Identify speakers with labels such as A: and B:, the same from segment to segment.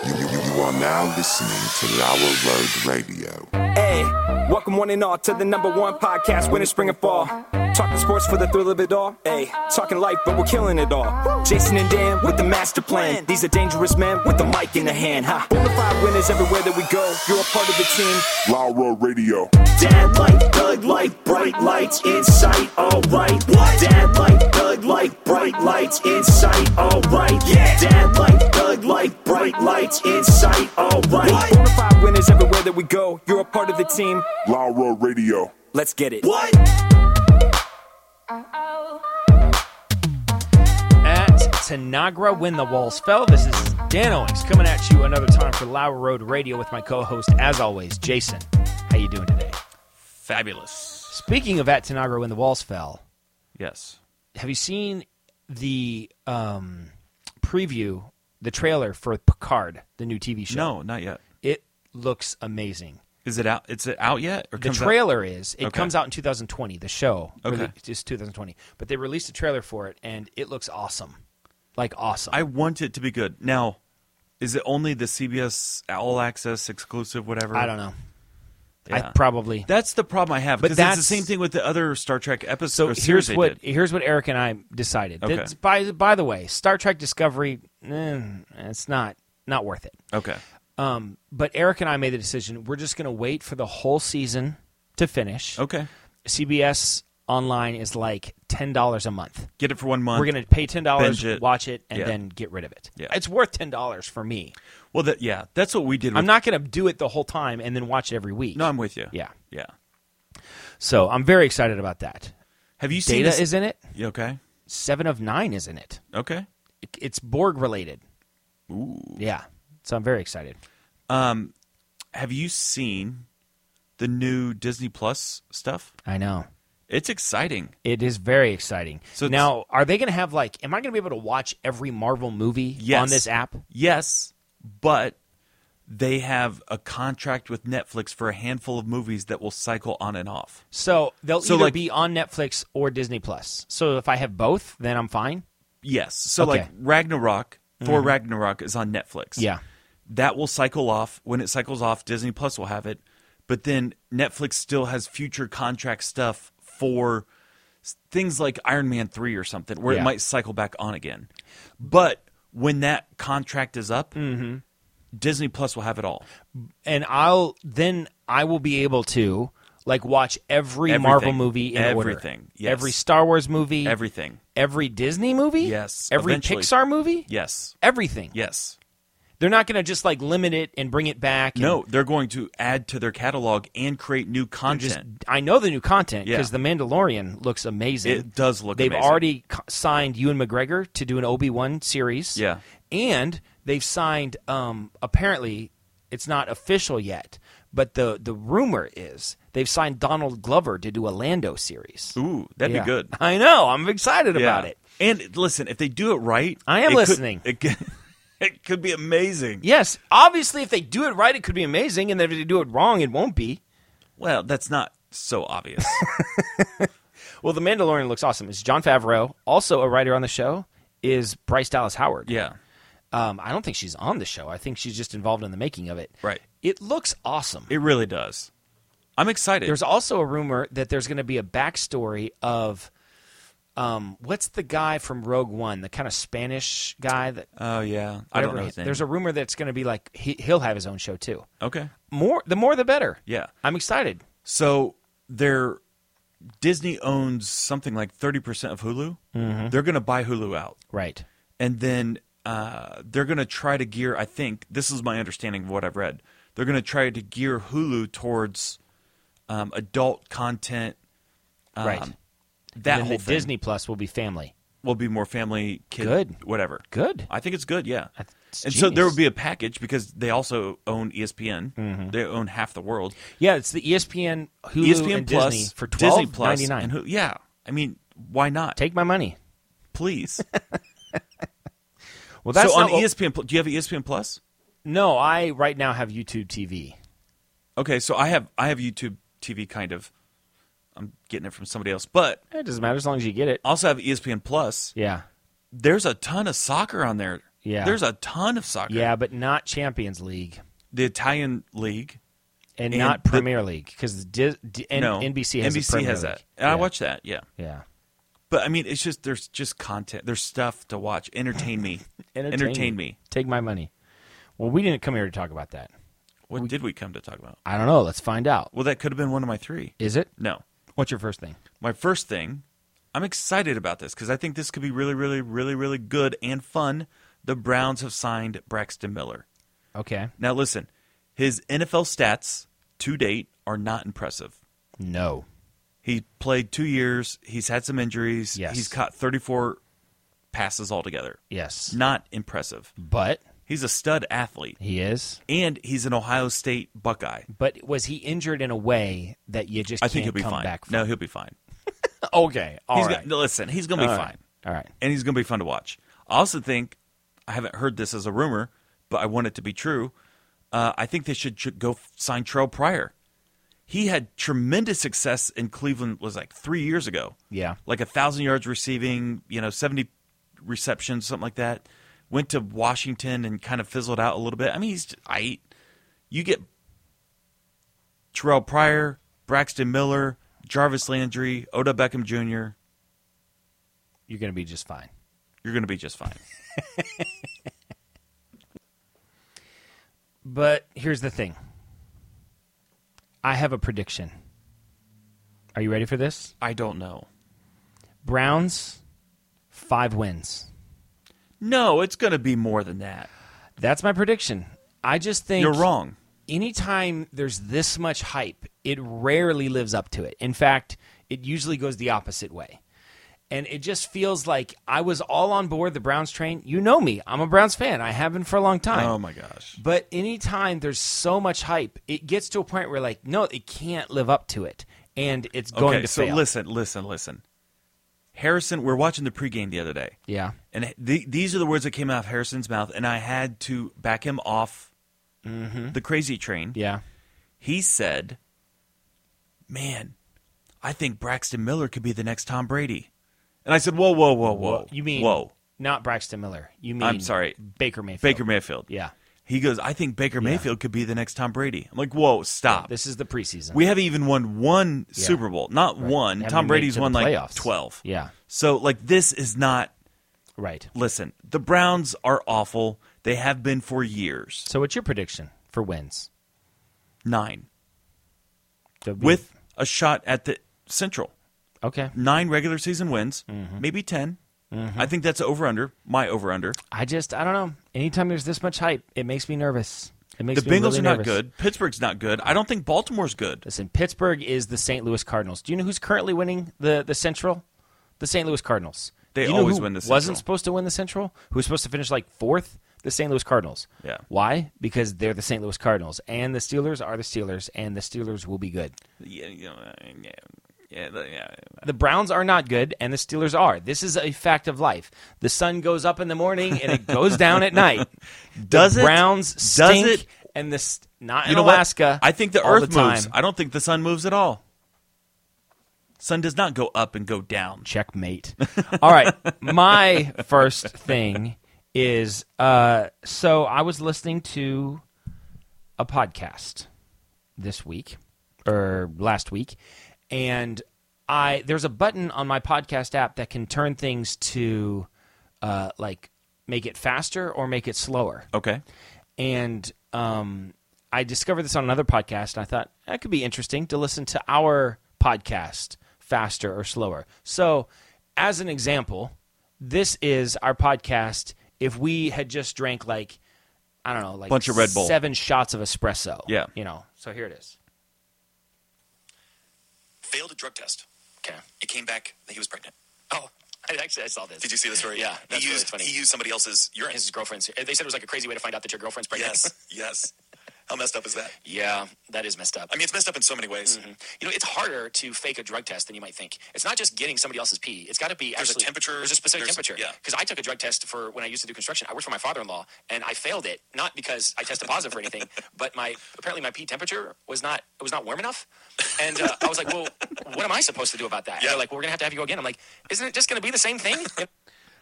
A: are now listening to Lower Road Radio.
B: Hey, welcome one and all to the number one podcast, winter, spring, and fall. Talking sports for the thrill of it all. Hey, talking life, but we're killing it all. Jason and Dan with the master plan. These are dangerous men with the mic in the hand. Ha! Bonafide winners everywhere that we go. You're a part of the team.
A: Laura Radio.
B: Dad light, thug light, bright lights in sight, alright. What? Dad light, thug light, bright lights in sight, alright. Yeah. Dad light, thug light, bright lights in sight, alright. Bonafide winners everywhere that we go. You're a part of the team.
A: Laura Radio.
B: Let's get it.
C: What?
D: at Tanagra when the walls fell. This is Dan Owings coming at you another time for Lower Road Radio with my co-host, as always, Jason. How you doing today?
C: Fabulous.
D: Speaking of at Tanagra when the walls fell,
C: Yes.
D: have you seen the um, preview, the trailer for Picard, the new TV show?
C: No, not yet.
D: it looks amazing.
C: Is it out? Is it out yet? Or
D: The
C: comes out-
D: trailer is it
C: Okay.
D: comes out in 2020. The show
C: Okay.
D: rele- just 2020, but they released a trailer for it and it looks awesome, like awesome.
C: I want it to be good. Now, is it only the CBS All Access exclusive? Whatever.
D: I don't know. I
C: Yeah.
D: probably
C: That's the problem I have.
D: But
C: But that's the
D: that's-
C: same thing with the other Star Trek episodes.
D: So here's what here's what Eric and I decided.
C: Okay.
D: That's- by by the way, Star Trek Discovery, eh, it's not not worth it.
C: Okay.
D: Um, but Eric and I made the decision. We're just going to wait for the whole season to finish.
C: Okay.
D: CBS Online is like ten dollars a month.
C: Get it for one month.
D: We're going to pay ten dollars,
C: Binge it.
D: watch it, and
C: Yeah.
D: then get rid of it.
C: Yeah.
D: It's worth ten dollars for me.
C: Well, that yeah, that's what we did. With,
D: I'm not going to do it the whole time and then watch it every week.
C: No, I'm with you.
D: Yeah.
C: Yeah.
D: So I'm very excited about that.
C: Have you seen
D: Data
C: this-
D: is in it.
C: You okay.
D: Seven of Nine is in it.
C: Okay.
D: it's Borg related. Ooh. Yeah. So I'm very excited.
C: Have you seen the new Disney Plus stuff?
D: I know.
C: It's exciting.
D: It is very exciting.
C: So
D: So
C: it's-
D: now, are they going to have like? Am I going to be able to watch every Marvel movie
C: Yes.
D: on this app?
C: Yes, but they have a contract with Netflix for a handful of movies that will cycle on and off.
D: So they'll
C: So,
D: either
C: like-
D: be on Netflix or Disney Plus. So if I have both, then I'm fine.
C: Yes. So
D: Okay. Mm-hmm.
C: like Ragnarok, Thor Ragnarok is on Netflix.
D: Yeah.
C: That will cycle off. When it cycles off, Disney Plus will have it. But then Netflix still has future contract stuff for s- things like Iron Man 3 or something where
D: Yeah.
C: it might cycle back on again. But when that contract is up,
D: Mm-hmm.
C: Disney Plus will have it all.
D: And I'll then I will be able to like watch every
C: Everything.
D: Marvel movie in order.
C: Everything. Yes.
D: Every Star Wars movie.
C: Everything.
D: Every Disney movie.
C: Yes.
D: Every
C: Eventually.
D: Pixar movie.
C: Yes.
D: Everything.
C: Yes.
D: They're not going to just like limit it and bring it back. and-
C: No, they're going to add to their catalog and create new
D: just
C: content.
D: I know the new content
C: Yeah.
D: because The Mandalorian looks amazing.
C: It does look
D: They've
C: amazing.
D: already co- signed Ewan McGregor to do an Obi wan series.
C: Yeah.
D: and they've signed. Um, apparently, it's not official yet, but the the rumor is they've signed Donald Glover to do a Lando series.
C: Ooh, that'd
D: Yeah.
C: be good.
D: I know. I'm excited about
C: Yeah.
D: it.
C: And listen, if they do it right,
D: I am
C: it could-
D: listening.
C: it, could, it could be amazing.
D: Yes, obviously, if they do it right, it could be amazing, and if they do it wrong, it won't be.
C: Well, that's not so obvious.
D: Well, The Mandalorian looks awesome. It's John Favreau, also a writer on the show, is Bryce Dallas Howard.
C: yeah,
D: Um, I don't think she's on the show. I think she's just involved in the making of it.
C: Right.
D: It looks awesome.
C: it really does. I'm excited.
D: there's also a rumor that there's going to be a backstory of, um, what's the guy from Rogue One, the kind of Spanish guy that
C: oh yeah, I don't know his name.
D: There's a rumor that's going to be like he, he'll have his own show too.
C: okay.
D: More, the more the better.
C: Yeah.
D: I'm excited.
C: So they're Disney owns something like 30 percent of Hulu.
D: Mm-hmm.
C: They're going to buy Hulu out.
D: Right.
C: and then uh, they're going to try to gear. I think this is my understanding of what I've read. They're going to try to gear Hulu towards um, adult content. Um,
D: Right.
C: That
D: and
C: whole
D: then the
C: thing
D: Disney Plus will be family.
C: will be more family, kid,
D: Good.
C: whatever.
D: Good.
C: I think it's good. Yeah.
D: That's
C: and so there
D: genius.
C: would be a package because they also own E ESPN. They own half the world.
D: Yeah, it's
C: E
D: the ESPN, Mm-hmm. Hulu,
C: ESPN
D: and
C: Plus
D: Disney for twelve
C: Disney Plus,
D: ninety nine.
C: and Hulu- yeah. I mean, why not?
D: Take my money.
C: Please.
D: Well,
C: so on E
D: not what-
C: ESPN, Pl- do you have ESPN Plus?
D: No, I right now have YouTube TV.
C: Okay, so I have I have YouTube TV kind of. I'm getting it from somebody else, but E
D: It doesn't matter as long as you get it.
C: I also have ESPN Plus.
D: Yeah.
C: There's a ton of soccer on there.
D: Yeah.
C: There's a ton of soccer.
D: yeah, but not Champions League
C: The Italian league.
D: and,
C: And
D: not
C: the-
D: Premier League because Di- Di- N-
C: no.
D: NBC has a
C: NBC
D: Premier
C: has
D: League.
C: that. And I
D: Yeah.
C: watch that, yeah.
D: Yeah.
C: But I mean, it's just there's just content. There's stuff to watch. Entertain me. me.
D: Take my money. Well, we didn't come here to talk about that.
C: What did we come to talk about?
D: I don't know. Let's find out.
C: Well, that could have been one of my three.
D: Is it?
C: No.
D: What's your first thing?
C: My first thing, I'm excited about this because I think this could be really, really, really, really good and fun. The Browns have signed Braxton Miller.
D: Okay.
C: Now, listen, his NFL stats to date are not impressive.
D: No.
C: He played two years. He's had some injuries.
D: Yes.
C: He's caught 34 passes altogether.
D: Yes.
C: Not impressive.
D: But
C: He's a stud athlete,
D: he is.
C: and he's an Ohio State Buckeye.
D: But was he injured in a way that you just
C: I think he'll
D: can't
C: be
D: come
C: fine.
D: back from?
C: No, he'll be fine.
D: Okay. All
C: He's
D: right.
C: gonna, listen, he's going to be
D: All
C: fine,
D: right. All right.
C: and he's going to be fun to watch. I also think I haven't heard this as a rumor, but I want it to be true. Uh, I think they should tr- go f- sign Trell Pryor. He had tremendous success in Cleveland. Was like three years ago.
D: Yeah.
C: like a thousand yards receiving. You know, seventy receptions, something like that. Went to Washington and kind of fizzled out a little bit. I mean, he's I. You get Terrell Pryor, Braxton Miller, Jarvis Landry, Oda Beckham Jr.
D: You're going to be just fine.
C: You're going to be just fine.
D: But here's the thing. I have a prediction. Are you ready for this?
C: I don't know.
D: Browns, five wins.
C: No, it's going to be more than that.
D: That's my prediction. I just think
C: You're wrong.
D: Anytime there's this much hype, it rarely lives up to it. In fact, it usually goes the opposite way. And it just feels like I was all on board the Browns train. You know me. I'm a Browns fan. I have been for a long time.
C: Oh my gosh.
D: But anytime there's so much hype, it gets to a point where like, no, it can't live up to it. And it's going
C: okay,
D: to
C: so
D: fail.
C: listen, listen, listen. Harrison, we we're watching the pregame the other day.
D: Yeah.
C: And th- these are the words that came out of Harrison's mouth, and I had to back him off the crazy train.
D: Mm-hmm. Yeah.
C: He said, Man, I think Braxton Miller could be the next Tom Brady. And I said, Whoa, whoa, whoa, whoa.
D: You mean
C: Whoa.
D: Not Braxton Miller. You mean
C: I'm sorry.
D: Baker Mayfield.
C: Baker Mayfield.
D: Yeah.
C: He goes, I think Baker Mayfield could be the next Tom Brady. I'm like, whoa, stop.
D: This is the preseason.
C: we haven't even won one Super Bowl. Not one.
D: Haven't
C: Tom
D: made it
C: Brady's
D: to the
C: won like
D: playoffs.
C: 12.
D: Yeah.
C: So, like, this is not.
D: Right.
C: Listen, the Browns are awful. They have been for years.
D: So what's your prediction for wins?
C: Nine.
D: There'll be-
C: With a shot at the Central.
D: okay,
C: Nine regular season wins,
D: Mm-hmm.
C: maybe 10. I think that's over under, my over under.
D: I Mm-hmm. just I don't know. Anytime there's this much hype, it makes me nervous. It
C: The
D: makes me
C: Bengals
D: really
C: are not
D: nervous.
C: good. Pittsburgh's not good. I don't think Baltimore's good.
D: Listen, Pittsburgh is the St. Louis Cardinals. Do you know who's currently winning the the Central? The St. Louis Cardinals.
C: They
D: Do you know
C: always
D: who
C: win the Central.
D: Wasn't supposed to win the Central. Who was supposed to finish like fourth? The St. Louis Cardinals.
C: Yeah.
D: Why? Because they're the St. Louis Cardinals, and the Steelers are the Steelers, and the Steelers will be good.
C: Yeah, you know, yeah, yeah, yeah.
D: The Browns are not good, and the Steelers are. This is a fact of life. The sun goes up in the morning and it goes down at night.
C: Does
D: the
C: it?
D: Browns
C: Does
D: stink,
C: it?
D: and this not
C: you
D: in
C: know
D: Alaska.
C: What? I think the
D: all
C: Earth moves.
D: time.
C: I don't think the sun moves at all. Sun does not go up and go down.
D: Checkmate. all right, my first thing is uh, so I was listening to a podcast this week or last week, and I there's a button on my podcast app that can turn things to uh, like make it faster or make it slower.
C: Okay.
D: And um, I discovered this on another podcast, and I thought that could be interesting to listen to our podcast faster or slower. So, as an example, this is our podcast. If we had just drank like I don't know, like
C: Bunch of Red Bull.
D: seven shots of espresso,
C: Yeah.
D: you know. So here it is.
E: failed a drug test.
D: Okay.
E: It came back that he was pregnant.
F: Oh, I, actually, I saw this.
E: Did you see the story?
F: Yeah, that's
E: he
F: really
E: used
F: funny.
E: he used somebody else's urine.
F: His girlfriend's. They said it was like a crazy way to find out that your girlfriend's pregnant.
E: yes, yes. How messed up is that?
F: yeah, that is messed up.
E: I mean, it's messed up in so many ways.
D: Mm-hmm.
F: you know, it's harder to fake a drug test than you might think. It's not just getting somebody else's pee. It's got to be
E: There's a
F: actually-
E: temperature.
F: There's a specific
E: There's-
F: temperature.
E: yeah.
F: Because I took a drug test for when I used to do construction. I worked for my father-in-law, and I failed it not because I tested positive for anything, but my apparently my pee temperature was not it was not warm enough, and uh, I was like, well, what am I supposed to do about that? And
E: Yeah.
F: they're like, well, we're gonna have to have you go again. I'm like, isn't it just gonna be the same thing?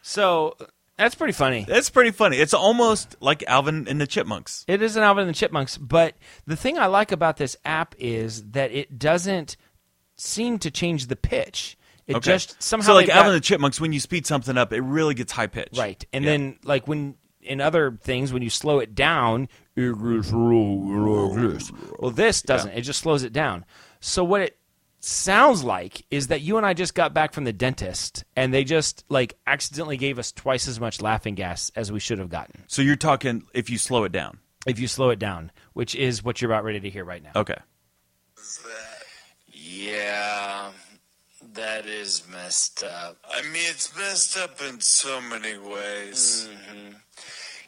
D: So That's pretty funny.
C: It's pretty funny. It's almost like Alvin and the Chipmunks.
D: It is an Alvin and the Chipmunks, but the thing I like about this app is that it doesn't seem to change the pitch. It
C: Okay.
D: just somehow
C: so like
D: they've
C: Alvin
D: got-
C: and the Chipmunks, when you speed something up, it really gets high pitched.
D: Right. And
C: Yeah.
D: then like when in other things when you slow it down, it goes like this. well this doesn't. It just slows it down. So what it sounds like is that you and I just got back from the dentist and they just like accidentally gave us twice as much laughing gas as we should have gotten
C: So you're talking if you slow it down.
D: if you slow it down, which is what you're about ready to hear right now.
C: Okay.
F: Yeah, that is messed up.
E: I mean, it's messed up in so many ways.
F: Mm-hmm.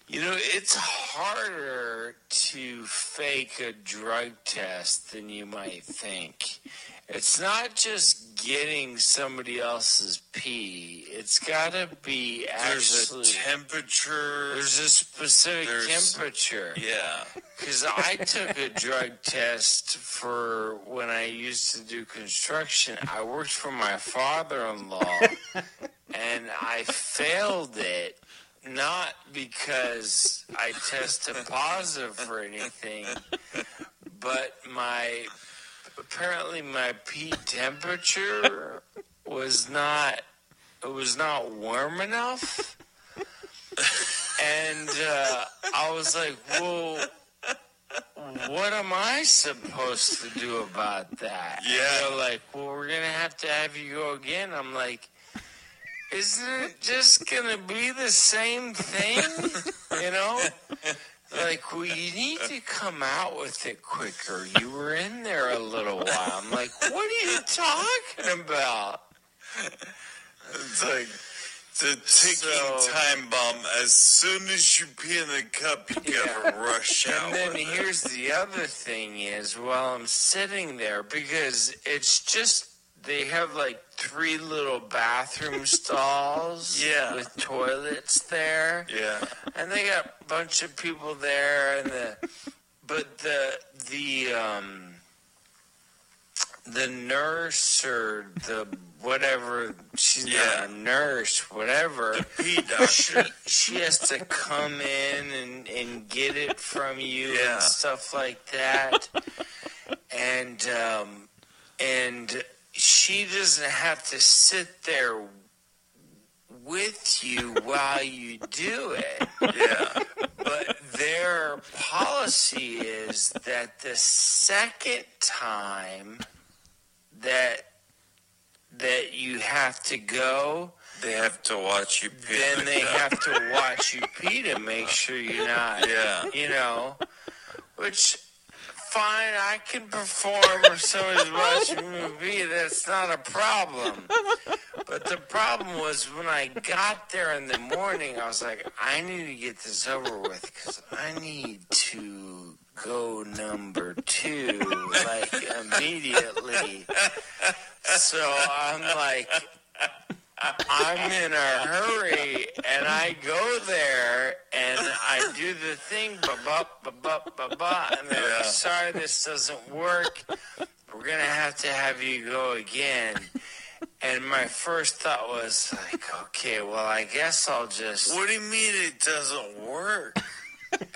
F: You know, it's harder to fake a drug test than you might think. It's not just getting somebody else's pee. It's got to be
E: There's
F: actually
E: a temperature.
F: there's a specific
E: there's-
F: temperature.
E: yeah.
F: Because I took a drug test for when I used to do construction. I worked for my father in law and I failed it not because I tested positive for anything, but my apparently my pee temperature was not it was not warm enough. And uh, I was like, well, what am I supposed to do about that? And
E: Yeah.
F: they're like, well, we're going to have to have you go again. I'm like, isn't it just going to be the same thing? You know? Like, well, you need to come out with it quicker. You were in there a little while. I'm like, what are you talking about?
E: It's like the ticking
F: So-
E: time bomb. As soon as you pee in the cup, you gotta rush out.
F: And then here's the other thing is while I'm sitting there because it's just they have like three little bathroom stalls
E: Yeah.
F: with toilets there.
E: Yeah.
F: And they got a bunch of people there and the but the the um the nurse or the whatever she's
E: Yeah.
F: not a nurse, whatever
E: Pee doctor.
F: she has to come in and, and get it from you
E: Yeah.
F: and stuff like that. and um, and she doesn't have to sit there with you while you do it.
E: Yeah.
F: But their policy is that the second time that that you have to go,
E: They have to watch you pee. in the
F: then they
E: cup.
F: have to watch you pee to make sure you're not,
E: Yeah.
F: you know, which fine, I can perform if somebody's watching me pee. That's not a problem. But the problem was when I got there in the morning, I was like, I need to get this over with because I need to go number two like immediately. So I'm like, I'm in a hurry, and I go there, and I do the thing, ba ba ba ba ba ba, and they're like, sorry, this doesn't work. We're gonna have to have you go again. And my first thought was like, okay, well, I guess I'll just.
E: What do you mean it doesn't work?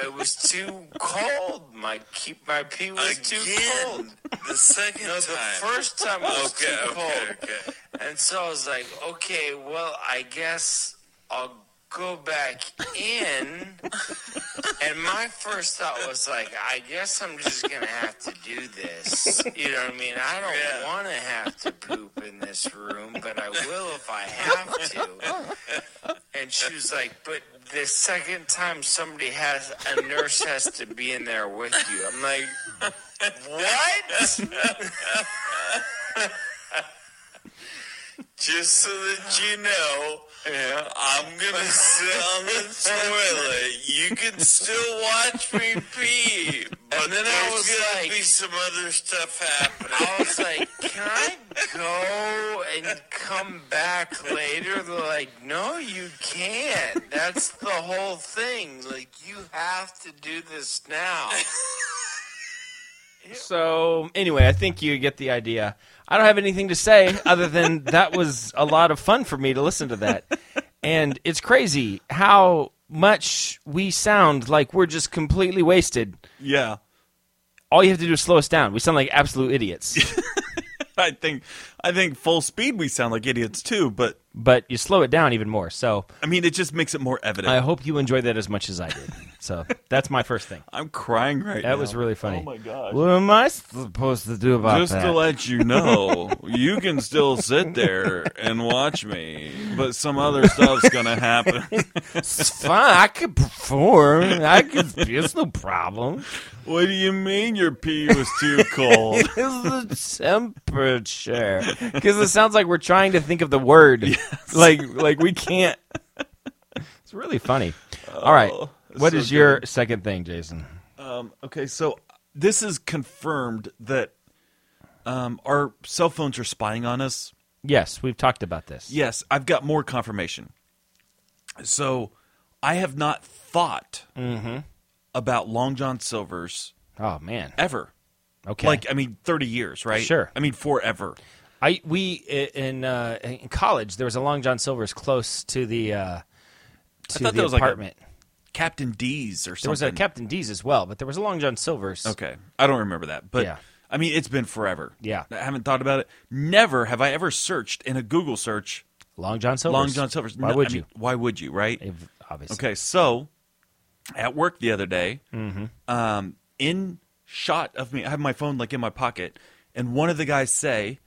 F: It was too cold. My keep my pee was too cold.
E: Again. The second
F: No, the
E: time.
F: first time was
E: okay,
F: too cold.
E: okay, okay.
F: And so I was like, okay, well, I guess I'll go back in. and my first thought was like, I guess I'm just going to have to do this. You know what I mean? I don't
E: Yeah.
F: want to have to poop in this room, but I will if I have to. And she was like, but the second time somebody has, a nurse has to be in there with you. I'm like, what?
E: Just so that you know, I'm gonna sit on the toilet. You can still watch me pee, but
F: And then I
E: there's
F: was
E: gonna
F: like-
E: be some other stuff happening.
F: I was like, can I go and come back later? They're like, no, you can't. That's the whole thing. Like, you have to do this now.
D: So anyway, I think you get the idea. I don't have anything to say other than that was a lot of fun for me to listen to that. and it's crazy how much we sound like we're just completely wasted.
C: Yeah.
D: All you have to do is slow us down. We sound like absolute idiots.
C: I think I think full speed we sound like idiots too, but
D: but you slow it down even more. So
C: I mean it just makes it more evident.
D: I hope you enjoy that as much as I did. So that's my first thing.
C: I'm crying right now.
D: That was really funny.
C: Oh my gosh.
D: What am I supposed to do about
C: Just to let you know, you can still sit there and watch me, but some other stuff's gonna happen.
D: It's fine. I could perform. I could. It's no problem.
C: what do you mean your pee was too cold?
D: It's the temperature. Because it sounds like we're trying to think of the word. Like, like we can't. Oh, It's really funny. All right. What
C: so
D: is your second thing, Jason?
C: Okay, so this is confirmed that um, our cell phones are spying on us.
D: Yes, we've talked about this.
C: Yes, I've got more confirmation. So I have not thought
D: Mm-hmm.
C: about Long John Silver's
D: Oh man.
C: ever.
D: Okay.
C: Like, I mean, 30 years, right?
D: Sure.
C: I mean, forever.
D: I we i- in uh, in college there was a Long John Silver's close to the uh, to
C: thought
D: the
C: that was like a
D: apartment.
C: Captain D's or something.
D: there was a Captain D's as well, but there was a Long John Silver's.
C: Okay. I don't remember that. But
D: Yeah.
C: I mean, it's been forever.
D: Yeah.
C: I haven't thought about it. Never have I ever searched in a Google search
D: Long John Silver's.
C: Long John Silver's.
D: Why
C: No,
D: would
C: I
D: you?
C: mean, why would you, right?
D: If- obviously.
C: Okay, so at work the other day,
D: Mm-hmm.
C: um, in shot of me, I have my phone like in my pocket, and one of the guys say,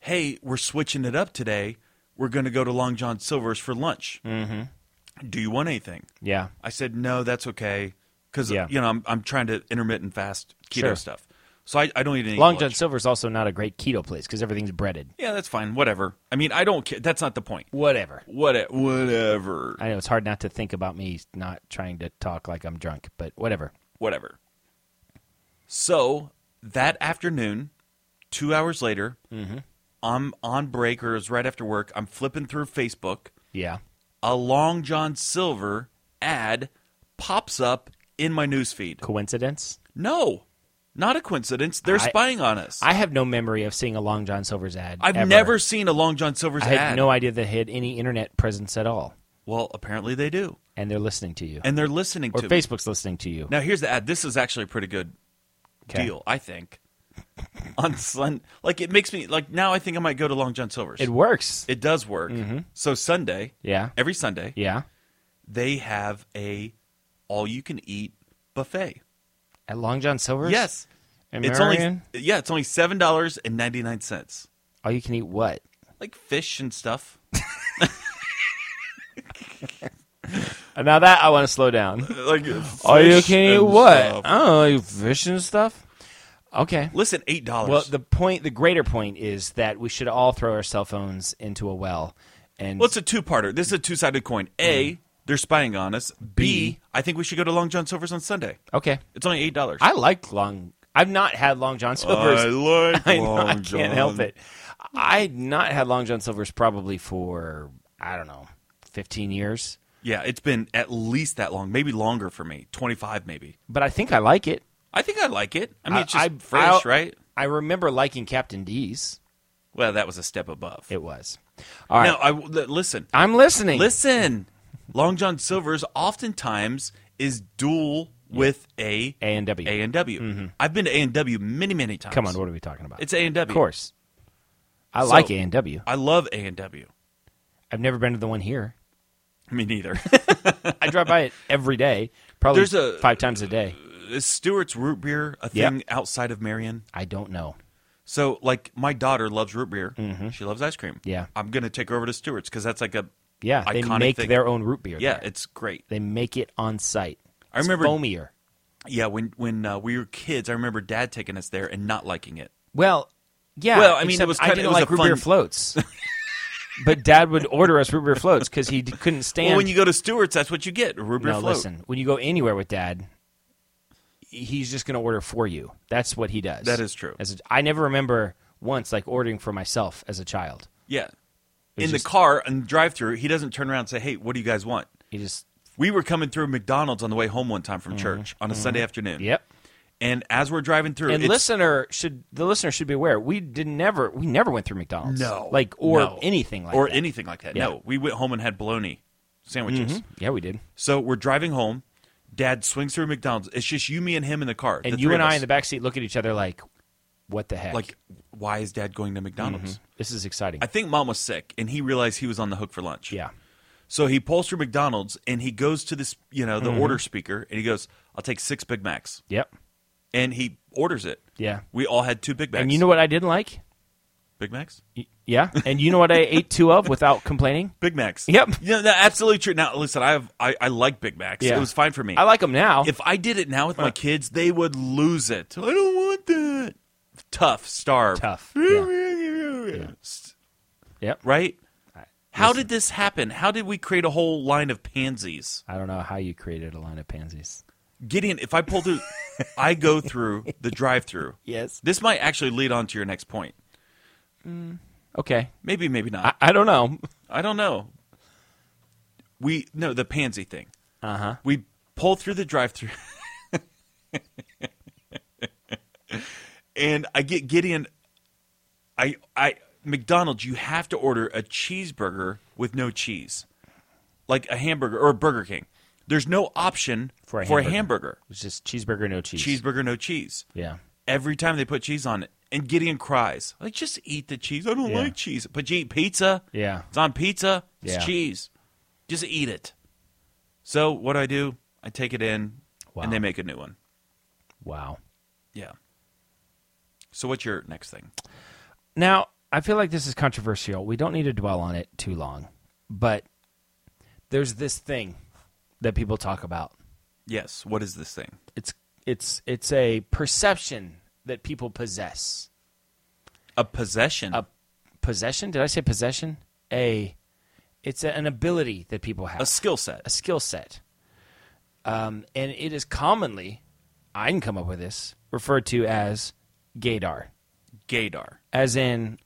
C: "Hey, we're switching it up today. We're going to go to Long John Silver's for lunch. Mm-hmm. Do you want anything?"
D: Yeah.
C: I said, "No, that's okay, because
D: Yeah.
C: you know I'm I'm trying to intermittent fast keto
D: Sure.
C: stuff, so I, I don't eat any
D: Long
C: lunch.
D: John Silver's also not a great keto place because everything's breaded.
C: Yeah, that's fine. Whatever. I mean, I don't care. That's not the point.
D: Whatever.
C: What whatever.
D: I know it's hard not to think about me not trying to talk like I'm drunk, but whatever.
C: whatever. So that afternoon, two hours later,
D: Mm-hmm.
C: I'm on break or it was right after work. I'm flipping through Facebook.
D: Yeah.
C: A Long John Silver ad pops up in my newsfeed.
D: Coincidence?
C: No, not a coincidence. They're
D: I-
C: spying on us. I,
D: I have no memory of seeing a Long John Silver's ad.
C: have
D: ever.
C: never seen a Long John Silver's
D: I
C: ad.
D: had no idea they had any internet presence at all,
C: well, apparently they do,
D: and they're listening to you,
C: and they're listening
D: or
C: to me.
D: Facebook's listening to you.
C: Now here's the ad. This is actually a pretty good
D: Okay.
C: deal, I think. on Sun, like it makes me like now I think I might go to Long John Silver's.
D: It works.
C: It does work. So Sunday,
D: yeah.
C: every Sunday,
D: yeah.
C: they have a all you can eat buffet.
D: At Long John Silver's.
C: Yes.
D: And
C: It's only yeah, it's only seven dollars and ninety nine cents.
D: Oh, you can eat what?
C: Like fish and stuff.
D: Uh, Now that I want to slow down.
C: Like
D: Oh, you
C: fish
D: can eat
C: and
D: what?
C: stuff.
D: I don't know, you fish and stuff. Okay.
C: Listen, eight dollars.
D: Well, the point, the greater point is that we should all throw our cell phones into a well. And
C: well, it's a two parter. This is a two sided coin. A, they're spying on us. B,
D: Mm-hmm. B.
C: I think we should go to Long John Silver's on Sunday.
D: okay,
C: It's only eight dollars.
D: I like long. I've not had Long John Silver's.
C: like
D: I, know, I can't help it. I've not had Long John Silver's probably for I don't know, fifteen years.
C: Yeah, it's been at least that long, maybe longer for me. Twenty five maybe.
D: But I think I like it.
C: I think I like it. I mean, it's just
D: I- I-
C: fresh,
D: I'll-
C: right?
D: I remember liking Captain D's.
C: Well, that was a step above.
D: It was. All right,
C: now, I w- li- listen,
D: I'm listening.
C: listen. Long John Silver's oftentimes is dual with a
D: A and W. Mm-hmm.
C: A and W. I've been to A and W many, many times.
D: Come on, what are we talking about?
C: it's A and W.
D: of course. I
C: So-
D: like A and W.
C: I love A and W.
D: I've never been to the one here.
C: Me neither.
D: I drive by it every day, probably
C: There's a-
D: five times a day.
C: is Stewart's root beer a
D: Yep.
C: thing outside of Marion?
D: I don't know.
C: So, like, my daughter loves root beer. She loves ice cream.
D: Mm-hmm. Yeah.
C: I'm gonna take her over to Stewart's because that's like a
D: Yeah, they
C: Iconic
D: make
C: thing.
D: their own root beer.
C: yeah,
D: there.
C: it's great.
D: they make it on site.
C: I
D: It's
C: remember-
D: foamier.
C: Yeah, when when uh, we were kids, I remember Dad taking us there and not liking it.
D: Well, yeah.
C: Well, I mean, it
D: except
C: was
D: I
C: kinda-
D: didn't
C: it was
D: like
C: a
D: root beer
C: fun-
D: floats. but Dad would order us root beer floats because he d- couldn't stand.
C: Well, when you go to Stewart's, that's what you get. a Root beer
D: no,
C: float.
D: listen. When you go anywhere with Dad, he's just going to order for you. That's what he does.
C: That is true.
D: As a, I never remember once like ordering for myself as a child.
C: Yeah.
D: was
C: In
D: just-
C: the car and drive through, he doesn't turn around and say, "Hey, what do you guys want?"
D: He just
C: We were coming through McDonald's on the way home one time from church on a Sunday afternoon.
D: Mm-hmm. yep.
C: And as we're driving through,
D: and
C: it's-
D: listener should the listener should be aware we did never we never went through McDonald's
C: No.
D: like or
C: No.
D: anything like
C: or
D: that.
C: anything like that.
D: Yeah. Mm-hmm.
C: No, we went home and had bologna sandwiches.
D: Yeah, we did.
C: So we're driving home. Dad swings through McDonald's. It's just you, me, and him in the car.
D: And
C: the
D: you
C: three
D: and
C: of
D: I
C: us.
D: in the back seat look at each other like, "What the heck?
C: like, why is Dad going to McDonald's?
D: this is exciting."
C: I think Mom was sick, and he realized he was on the hook for lunch.
D: yeah.
C: So he pulls through McDonald's, and he goes to this, you know, the
D: Mm-hmm.
C: order speaker, and he goes, "I'll take six Big Macs,"
D: Yep.
C: and he orders it.
D: Yeah.
C: We all had two Big Macs.
D: And you know what I didn't like?
C: Big Macs.
D: Y- Yeah. And you know what I ate two of without complaining?
C: Big Macs.
D: Yep.
C: Yeah, no, absolutely true. Now listen, I have I, I like Big Macs.
D: Yeah.
C: It was fine for me.
D: I like them now.
C: if I did it now with my kids, they would lose it. I don't want that. Tough, starve.
D: Tough. Yeah.
C: S-
D: Yep.
C: Right? How did this happen? How did we create a whole line of pansies?
D: I don't know how you created a line of pansies.
C: Gideon, if I pull through, I go through the drive through.
D: Yes.
C: This might actually lead on to your next point.
D: Okay.
C: Maybe, maybe
D: I,
C: not.
D: I don't know.
C: I, don't know. We, no, the pansy thing.
D: Uh huh.
C: We pull through the drive through. and I get Gideon I I McDonald's you have to order a cheeseburger with no cheese. Like a hamburger or a Burger King. There's no option
D: For a
C: hamburger.
D: It's just cheeseburger, no cheese.
C: Cheeseburger no cheese.
D: Yeah.
C: Every time they put cheese on it. And Gideon cries. Like just eat the cheese. I don't
D: Yeah.
C: like cheese. But you eat pizza.
D: Yeah.
C: It's on pizza. It's
D: Yeah.
C: cheese. Just eat it. So what do I do? I take it in,
D: Wow.
C: and they make a new one.
D: Wow.
C: Yeah. So what's your next thing?
D: Now, I feel like this is controversial. We don't need to dwell on it too long, but there's this thing that people talk about.
C: Yes. What is this thing?
D: It's it's it's a perception that people possess.
C: A possession.
D: A possession? Did I say possession? A it's an ability that people have.
C: a skill set.
D: a skill set. Um, and it is commonly, I can come up with this, referred to as gaydar,
C: Gaydar.
D: as in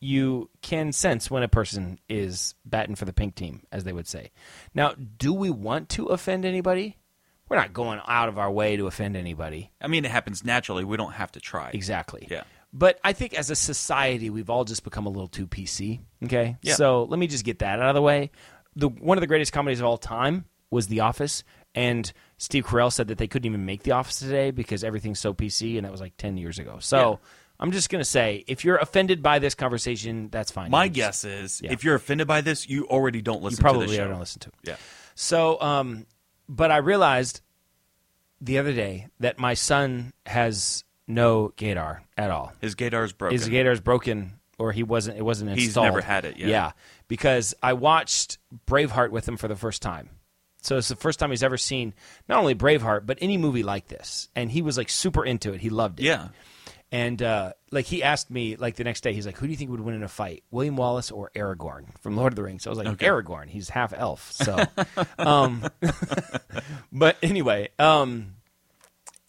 D: you can sense when a person is batting for the pink team, as they would say. Now, do we want to offend anybody? We're not going out of our way to offend anybody.
C: I mean, it happens naturally. We don't have to try.
D: Exactly.
C: Yeah.
D: But I think as a society, we've all just become a little too PC. Okay.
C: Yeah.
D: So let me just get that out of the way. The one of the greatest comedies of all time was The Office, and Steve Carell said that they couldn't even make The Office today because everything's so PC, and that was like ten years ago. So
C: Yeah.
D: I'm just gonna say, if you're offended by this conversation, that's fine.
C: My
D: You just-
C: guess is,
D: Yeah.
C: if you're offended by this, you already don't
D: you
C: listen. to
D: probably
C: this show.
D: don't listen to. It.
C: Yeah.
D: So, um, but I realized the other day that my son has no gaydar at all.
C: His gaydar is broken.
D: His gator's broken, or he wasn't. It wasn't
C: He's
D: installed.
C: never had it yet.
D: Yeah, because I watched Braveheart with him for the first time. So it's the first time he's ever seen not only Braveheart but any movie like this, and he was like super into it. He loved it.
C: yeah.
D: and uh, like he asked me like the next day, he's like, "Who do you think would win in a fight, William Wallace or Aragorn from Lord of the Rings?" So I was like, "Aragorn. He's half elf." So, um, but anyway, um,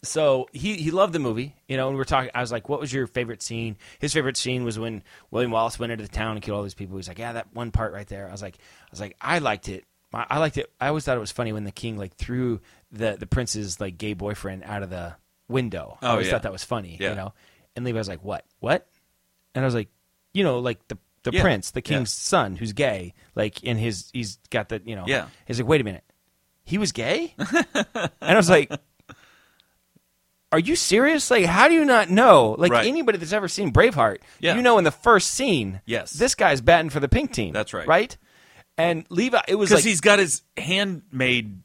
D: so he he loved the movie, you know. And we were talking. I was like, "What was your favorite scene?" His favorite scene was when William Wallace went into the town and killed all these people. He's like, "Yeah, that one part right there." I was like, "I was like, I liked it. I, I liked it. I always thought it was funny when the king like threw the the prince's like gay boyfriend out of the window. I
C: Oh,
D: always
C: yeah.
D: thought that was funny,
C: Yeah.
D: you know." And Levi was like, "What? What?" And I was like, "You know, like the the
C: Yeah.
D: prince, the
C: Yeah.
D: king's son, who's gay, like in his he's got the you know."
C: Yeah.
D: He's like, "Wait a minute." He was gay? and I was like, are you serious? Like, how do you not know? Like
C: Right.
D: anybody that's ever seen Braveheart,
C: Yeah.
D: you know in the first scene,
C: Yes.
D: this guy's batting for the pink team.
C: That's right.
D: right? And Levi, it was
C: Because
D: like,
C: he's got his handmade.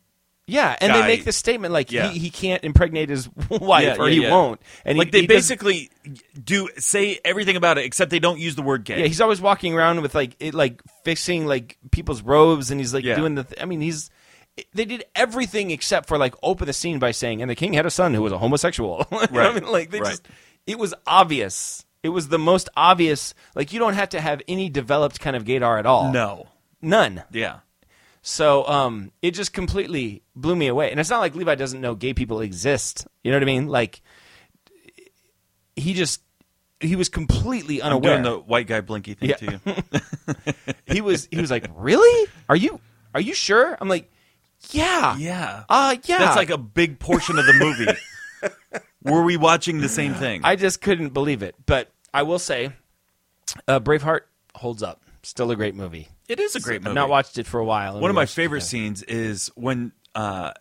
D: yeah, and they
C: guy-
D: make this statement like
C: Yeah.
D: he, he can't impregnate his wife
C: Yeah,
D: or
C: yeah,
D: he
C: yeah.
D: won't, and he-
C: like they
D: he doesn't-
C: basically do say everything about it, except they don't use the word gay.
D: yeah, he's always walking around with like it, like fixing like people's robes, and he's like
C: Yeah.
D: doing the. Th- I mean, he's. it- They did everything except for like open the scene by saying, "And the king had a son who was a homosexual." You know what I
C: Right.
D: mean? Like they
C: Right.
D: just. It was obvious. It was the most obvious. Like you don't have to have any developed kind of gaydar at all.
C: no.
D: none.
C: Yeah.
D: So um, it just completely blew me away. And it's not like Levi doesn't know gay people exist. You know what I mean? Like he just he was completely
C: I'm
D: unaware.
C: doing the white guy blinky thing
D: Yeah.
C: to you.
D: he was he was like, "Really? Are you are you sure?" I'm like, "Yeah,
C: Yeah.
D: uh, yeah."
C: That's like a big portion of the movie. Were we watching the same thing?
D: I just couldn't believe it. But I will say, uh, Braveheart holds up. Still a great movie.
C: It is a great movie.
D: I've not watched it for a while. and we
C: One of my
D: watched it
C: favorite
D: together.
C: scenes is when uh,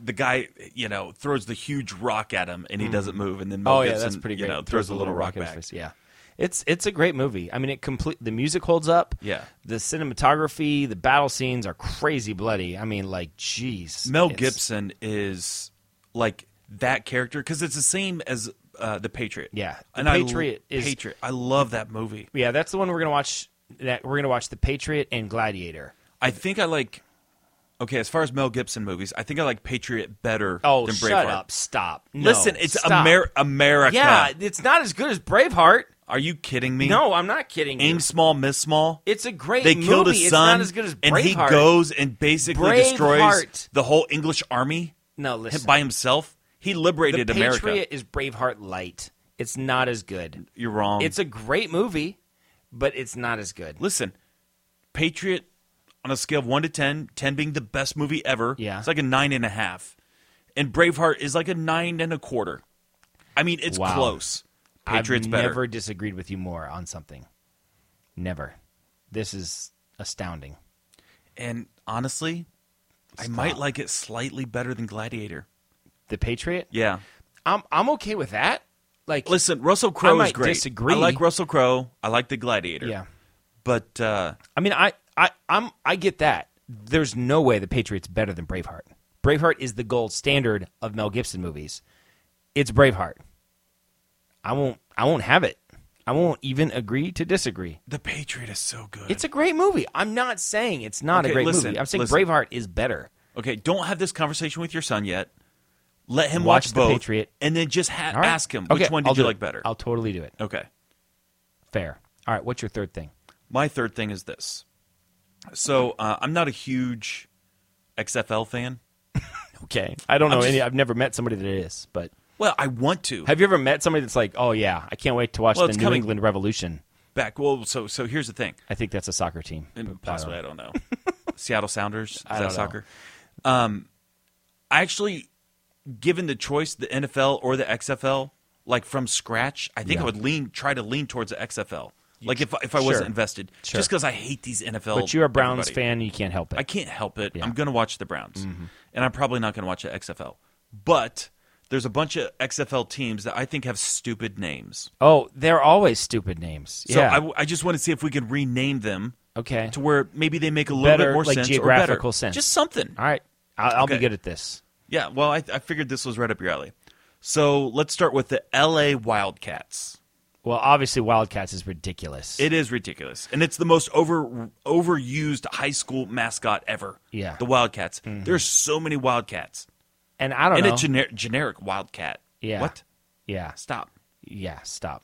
C: the guy, you know, throws the huge rock at him and he doesn't move, and then Mel
D: Oh yeah,
C: Gibson,
D: that's pretty
C: You
D: great.
C: know, throws a little rock
D: in his
C: back.
D: face, Yeah, it's it's a great movie. I mean, it complete the music holds up.
C: Yeah.
D: the cinematography, the battle scenes are crazy bloody. I mean, like, jeez,
C: Mel
D: It's-
C: Gibson is like that character because it's the same as uh, the Patriot.
D: Yeah. The
C: I l-
D: Patriot is-
C: Patriot. I love that movie.
D: Yeah, that's the one we're gonna watch. That we're gonna watch the Patriot and Gladiator.
C: I think I like. Okay, as far as Mel Gibson movies, I think I like Patriot better
D: Oh,
C: than Braveheart.
D: shut up! Stop. No,
C: Listen, it's
D: stop.
C: Amer- America.
D: Yeah, it's not as good as Braveheart.
C: Are you kidding me?
D: No, I'm not kidding. you.
C: Aim small, miss small.
D: It's a great
C: they
D: movie.
C: killed his
D: it's
C: son,
D: not as good as Braveheart.
C: and he goes and basically
D: Braveheart.
C: destroys the whole English army
D: No, listen.
C: by himself. He
D: the
C: liberated
D: Patriot
C: America.
D: is Braveheart light. It's not as good.
C: You're wrong.
D: It's a great movie, but it's not as good.
C: listen, Patriot on a scale of one to 10, 10 being the best movie ever.
D: Yeah.
C: It's like a nine and a half. And Braveheart is like a nine and a quarter. I mean, it's
D: Wow.
C: close. Patriot's
D: I've
C: better.
D: never disagreed with you more on something. Never. This is astounding.
C: And honestly, I might like it slightly better than Gladiator.
D: The Patriot.
C: Yeah.
D: I'm I'm okay with that. Like,
C: Listen, Russell Crowe is
D: might
C: great.
D: disagree.
C: I like Russell Crowe. I like the Gladiator.
D: yeah.
C: But uh,
D: I mean, I I I'm I get that. There's no way the Patriot's better than Braveheart. Braveheart is the gold standard of Mel Gibson movies. It's Braveheart. I won't I won't have it. I won't even agree to disagree.
C: The Patriot is so good.
D: It's a great movie. I'm not saying it's not a
C: Okay,
D: great
C: listen,
D: movie. I'm saying
C: listen.
D: Braveheart is better.
C: okay, don't have this conversation with your son yet. Let him
D: Watch
C: watch,
D: The
C: both
D: Patriot.
C: and then just ha-
D: All right.
C: ask him
D: Okay,
C: which one
D: I'll
C: did you
D: do it.
C: like better.
D: I'll totally do it.
C: okay.
D: Fair. All right, what's your third thing?
C: My third thing is this. So uh, I'm not a huge XFL fan.
D: Okay. I don't know
C: just-
D: any I've never met somebody that is, but
C: Well, I want to.
D: have you ever met somebody that's like, "Oh yeah, I can't wait to watch
C: Well,
D: the
C: it's
D: New
C: coming-
D: England Revolution."
C: back. Well, so so here's the thing.
D: I think that's a soccer team.
C: And
D: but um, I don't
C: possibly,
D: know.
C: I don't know. Seattle Sounders. Is
D: I
C: that
D: don't know.
C: soccer? Um, I actually, given the choice, the NFL or the XFL, like from scratch, I think
D: Yeah.
C: I would lean try to lean towards the XFL. Like if if I wasn't
D: Sure.
C: invested,
D: Sure.
C: just because I hate these NFL.
D: But you're a Browns
C: Oh, everybody.
D: fan, and you can't help it.
C: I can't help it.
D: Yeah. Mm-hmm.
C: I'm going to watch the Browns, and I'm probably not going to watch the XFL. But there's a bunch of XFL teams that I think have stupid names.
D: oh, they're always stupid names.
C: So
D: yeah.
C: I w I I just want to see if we can rename them
D: okay.
C: to where maybe they make a little
D: Better,
C: bit more
D: like,
C: sense or
D: geographical
C: better.
D: sense.
C: just something.
D: All right. I'll, I'll be
C: Okay.
D: good at this.
C: Yeah, well, I, I figured this was right up your alley. So let's start with the L.A. Wildcats.
D: Well, obviously, Wildcats is ridiculous.
C: It is ridiculous, and it's the most over overused high school mascot ever.
D: Yeah. Mm-hmm.
C: the Wildcats. There's so many Wildcats,
D: and I don't
C: and
D: know.
C: a gener- generic Wildcat.
D: yeah.
C: What?
D: Yeah.
C: Stop.
D: Yeah. Stop.